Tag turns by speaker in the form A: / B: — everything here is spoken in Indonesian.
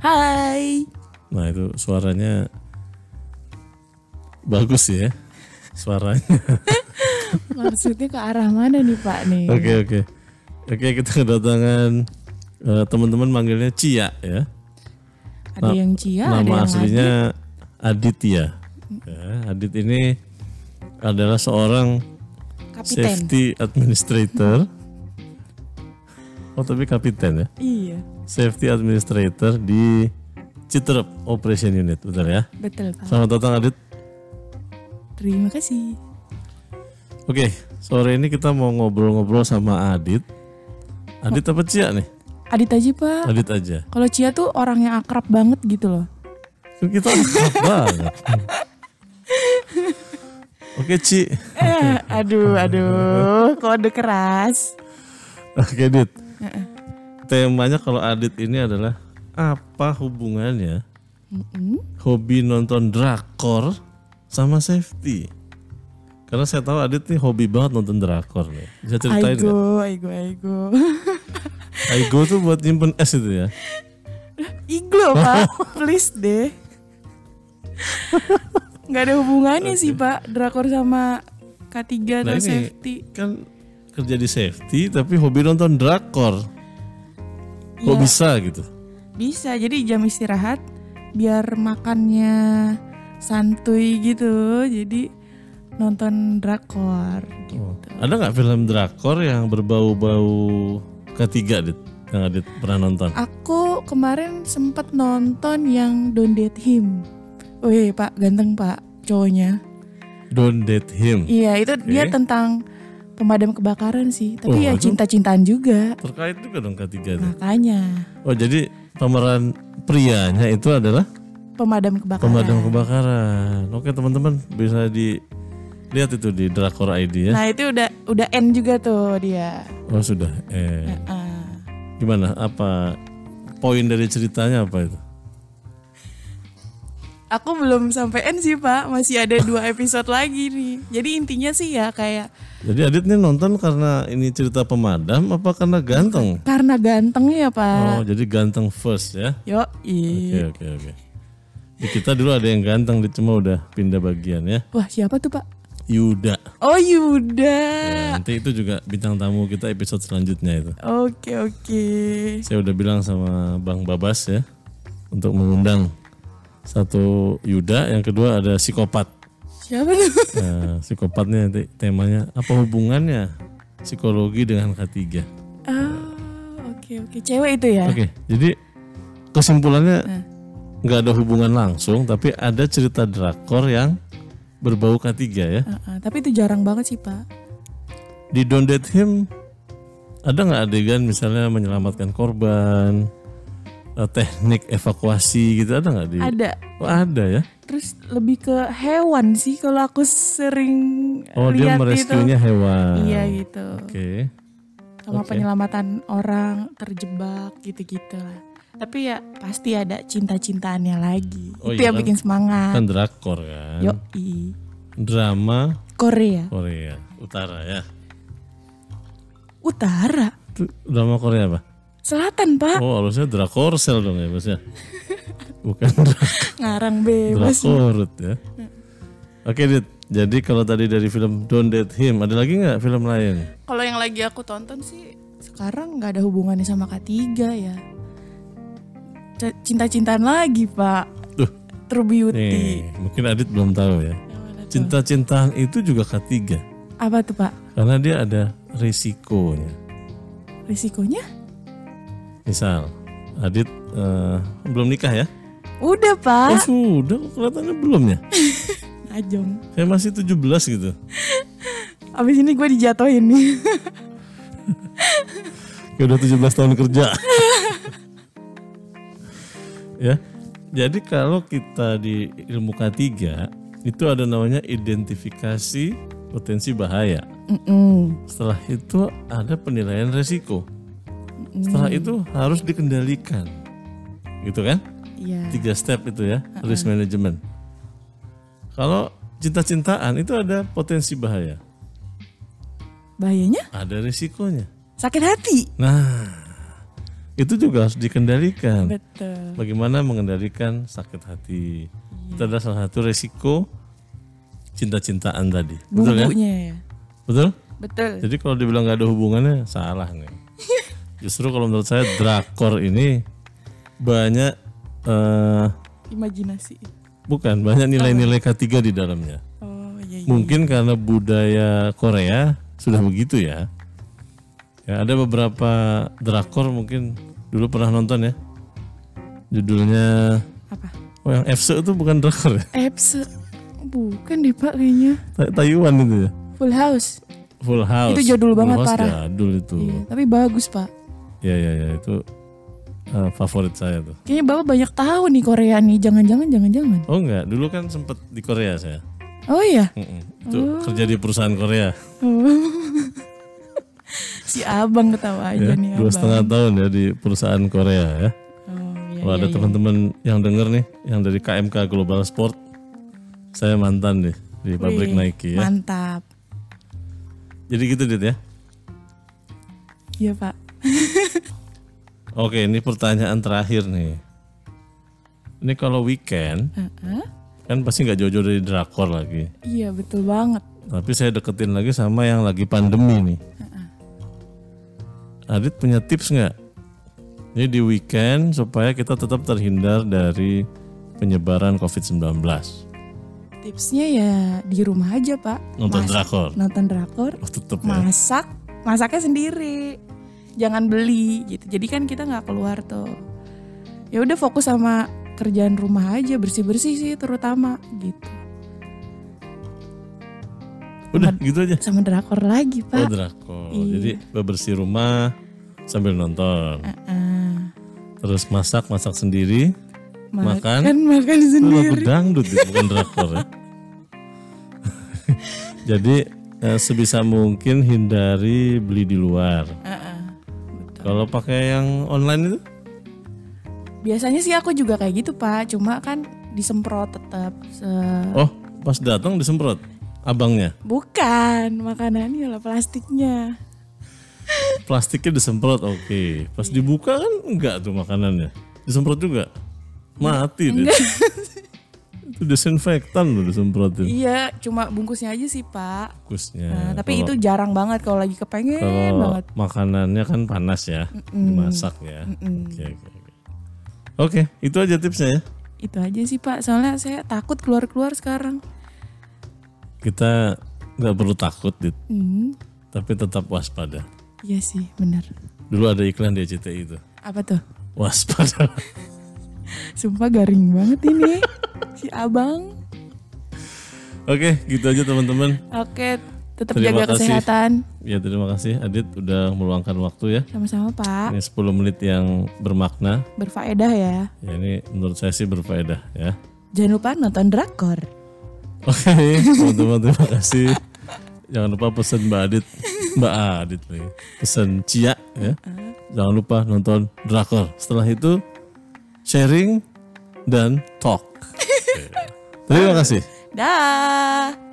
A: Hai.
B: Nah itu suaranya bagus ya suaranya.
A: Maksudnya ke arah mana nih Pak nih?
B: Oke oke oke kita kedatangan eh, teman-teman manggilnya Cia ya.
A: Ada yang Cia, Ya, ada yang
B: Nama aslinya
A: Adit.
B: Aditya. Ya, Adit ini adalah seorang
A: Kapiten.
B: safety administrator. Oh tapi kapiten ya.
A: Iya,
B: Safety administrator di Citerep Operation Unit, betul ya?
A: betul Pak.
B: Selamat datang Adit.
A: Terima kasih.
B: Oke, sore ini kita mau ngobrol-ngobrol sama Adit. Adit apa Cia nih?
A: Adit aja Pak.
B: Adit aja.
A: Kalau Cia tuh orang yang akrab banget gitu loh.
B: Kan kita akrab banget. Oke Ci,
A: Eh, aduh, aduh, kode keras.
B: oke Adit. Temanya kalau Adit ini adalah apa hubungannya
A: Mm-mm.
B: hobi nonton drakor sama safety? Karena saya tahu Adit nih hobi banget nonton drakor nih. Bisa ceritain nggak?
A: Aigo, aigo, aigo.
B: Aigo tuh buat nyimpen es itu ya.
A: Iglo Pak, please deh. Gak ada hubungannya sih Pak, drakor sama K3 atau
B: Nah, ini-
A: safety.
B: kan kerja di safety tapi hobi nonton drakor. Kok
A: Iya.
B: bisa gitu?
A: Bisa, jadi jam istirahat biar makannya santuy gitu. Jadi nonton drakor gitu.
B: Ada nggak film drakor yang berbau-bau ketiga dit yang Adit pernah nonton?
A: Aku kemarin sempet nonton yang Don't Date Him. Wih, Pak, ganteng Pak cowoknya.
B: Don't date him.
A: Iya, itu dia
B: Oke.
A: tentang pemadam kebakaran sih, tapi
B: Oh,
A: ya
B: aduh.
A: cinta-cintaan juga.
B: Terkait juga dong ketiga itu.
A: Makanya
B: Oh jadi pemeran prianya itu adalah
A: pemadam kebakaran.
B: pemadam kebakaran. Oke teman-teman bisa dilihat itu di drakor ID ya.
A: Nah, itu udah udah end juga tuh dia.
B: Oh sudah. Eh
A: Ah.
B: gimana? Apa poin dari ceritanya apa itu?
A: Aku belum sampai end sih pak, masih ada dua episode lagi nih. Jadi intinya sih ya kayak
B: Jadi Adit nih nonton karena ini cerita pemadam apa karena ganteng?
A: karena ganteng ya
B: Oh,
A: pak.
B: jadi ganteng first ya.
A: Yo,
B: Oke,
A: Iya.
B: oke, oke. Di kita dulu ada yang ganteng, di cuma udah pindah bagian ya.
A: wah siapa tuh pak?
B: Yuda.
A: Oh Yuda.
B: Ya, nanti itu juga bintang tamu kita episode selanjutnya itu.
A: Oke oke.
B: Saya udah bilang sama Bang Babas ya untuk mengundang satu Yuda, yang kedua ada psikopat.
A: Siapa tuh?
B: Nah, psikopatnya nanti temanya apa hubungannya psikologi dengan ketiga.
A: Ah, oke oke. Cewek itu ya?
B: Oke, jadi
A: Eh.
B: kesimpulannya nggak ada hubungan langsung, tapi ada cerita drakor yang berbau ketiga ya.
A: Ah, ah, tapi itu jarang banget sih pak.
B: Di Don't Date Him ada nggak adegan misalnya menyelamatkan korban, eh, teknik evakuasi gitu ada nggak di?
A: Ada.
B: Oh, ada ya.
A: Terus lebih ke hewan sih kalau aku sering
B: Oh
A: lihat
B: dia
A: itu.
B: merescuenya hewan.
A: Iya gitu.
B: Oke.
A: sama
B: Oke.
A: penyelamatan orang terjebak gitu-gitu lah. Tapi ya pasti ada cinta-cintaannya lagi.
B: Oh
A: Itu
B: iya
A: yang
B: kan?
A: bikin semangat.
B: Kan drakor kan.
A: Yoi.
B: Drama
A: Korea.
B: Korea Utara ya.
A: Utara.
B: Itu drama Korea apa?
A: Selatan, Pak.
B: Oh harusnya drakorsel dong ya bosnya. Bukan drakor.
A: Ngarang bebas.
B: Drakorut ya. Oke Dit, jadi kalau tadi dari film Don't Date Him, ada lagi nggak film lain?
A: Kalau yang lagi aku tonton sih sekarang nggak ada hubungannya sama K3 ya. C- Cinta-cintaan lagi, Pak.
B: Duh,
A: True Beauty.
B: nih, mungkin Adit belum tahu ya.
A: Yang mana tuh?
B: Cinta-cintaan itu juga ketiga,
A: Apa tuh, Pak?
B: karena dia ada risikonya.
A: Risikonya?
B: Misal, Adit eh, belum nikah ya?
A: Udah,
B: Oh
A: Pak.
B: sudah, kok kelihatannya belum ya?
A: Ajong.
B: Saya masih 17 gitu.
A: Abis ini gue dijatuhin nih.
B: Ya udah 17 tahun kerja. ya. Jadi kalau kita di ilmu K3 itu ada namanya identifikasi potensi bahaya.
A: Mm-mm.
B: Setelah itu ada penilaian resiko. Setelah itu harus dikendalikan. Gitu kan?
A: Iya.
B: Tiga step itu ya, risk management. Kalau cinta-cintaan itu ada potensi bahaya,
A: Bahayanya?
B: ada risikonya.
A: Sakit hati.
B: Nah, itu juga harus dikendalikan.
A: Betul.
B: Bagaimana mengendalikan sakit hati? Itu adalah salah satu resiko cinta-cintaan tadi. Betul kan?
A: Bumbunya ya.
B: Betul?
A: Betul.
B: Jadi kalau dibilang nggak ada hubungannya salah nih. Justru kalau menurut saya drakor ini banyak eh,
A: Imajinasi.
B: bukan banyak nilai-nilai K3 di dalamnya.
A: Oh iya iya.
B: Mungkin karena budaya Korea sudah begitu ya. Ya ada beberapa drakor mungkin dulu pernah nonton ya. Judulnya
A: Apa?
B: Oh yang FC itu bukan drakor ya.
A: Apps. Bukan deh Pak kayaknya.
B: Ta- Taiwan itu ya.
A: Full House.
B: Full House.
A: Itu jadul
B: Full
A: banget,
B: House
A: parah.
B: Jadul itu.
A: Iya, tapi bagus Pak.
B: Ya ya ya itu eh, favorit saya tuh.
A: Kayaknya Bapak banyak tahu nih Korea nih. Jangan-jangan jangan-jangan.
B: Oh enggak, dulu kan sempet di Korea saya.
A: Oh iya.
B: Mm-mm. Itu kerja di perusahaan Korea.
A: Oh. Si Abang ketawa aja
B: Ya,
A: nih
B: dua
A: Abang.
B: setengah tahun ya di perusahaan Korea ya.
A: Oh iya.
B: Kalau ada teman-teman yang denger nih, yang dari KMK Global Sport, saya mantan nih di pabrik
A: Wih,
B: Nike ya.
A: Mantap.
B: Jadi gitu Dit ya.
A: Iya Pak.
B: Oke, ini pertanyaan terakhir nih. Ini kalau weekend
A: Heeh.
B: kan pasti nggak jauh-jauh dari drakor lagi.
A: Iya betul banget.
B: Tapi saya deketin lagi sama yang lagi pandemi nih. Adit punya tips nggak? Jadi di weekend supaya kita tetap terhindar dari penyebaran COVID-19.
A: Tipsnya ya di rumah aja Pak.
B: Nonton
A: Mas-
B: drakor.
A: Nonton drakor.
B: Oh, tetap ya.
A: Masak. Masaknya sendiri. Jangan beli gitu. Jadi kan kita nggak keluar tuh. Ya udah fokus sama kerjaan rumah aja bersih-bersih sih terutama gitu.
B: Udah gitu aja.
A: Sama drakor lagi,
B: Oh
A: Pak. Iya.
B: drakor. Jadi bebersih rumah sambil nonton.
A: Ah,
B: Terus masak masak sendiri. Makan.
A: makan makan
B: Itu lagu
A: sendiri.
B: dangdut itu, bukan drakor ya. Jadi eh, sebisa mungkin hindari beli di luar.
A: Ah, ah.
B: Kalau pakai yang online itu?
A: Biasanya sih aku juga kayak gitu, Pak. Cuma kan disemprot tetap se-
B: Oh, pas datang disemprot abangnya.
A: bukan makanannya lah plastiknya.
B: Plastiknya disemprot, oke. Pas dibuka kan enggak tuh makanannya. Disemprot juga. Mati deh. itu disinfektan loh disemprotin.
A: Iya, cuma bungkusnya aja sih, Pak.
B: Fokusnya.
A: Nah, tapi
B: Iya, Kalau-
A: itu jarang banget kalau lagi kepengen
B: kalau
A: banget.
B: makanannya kan panas ya, dimasak ya. Oke, oke, oke. Oke, itu aja tipsnya ya.
A: Itu aja sih, Pak. Soalnya saya takut keluar-keluar sekarang.
B: Kita nggak perlu takut, Dit.
A: Hmm,
B: Tapi tetap waspada.
A: iya sih, benar.
B: Dulu ada iklan di CTI itu.
A: Apa tuh?
B: Waspada.
A: Sumpah garing banget ini. si Abang.
B: Oke, gitu aja teman-teman.
A: Oke, tetap
B: Terima
A: jaga
B: kasih.
A: kesehatan.
B: Ya terima kasih Adit udah meluangkan waktu ya.
A: Sama-sama, Pak.
B: Ini 10 menit yang bermakna.
A: Berfaedah ya.
B: Ya, ini menurut saya sih berfaedah ya.
A: Jangan lupa nonton drakor.
B: Oke, teman-teman terima kasih. Jangan lupa pesan Mbak Adit, Mbak Adit nih, pesan Cia ya. Jangan lupa nonton drakor. Setelah itu sharing dan talk. Oke. Terima kasih.
A: Dah.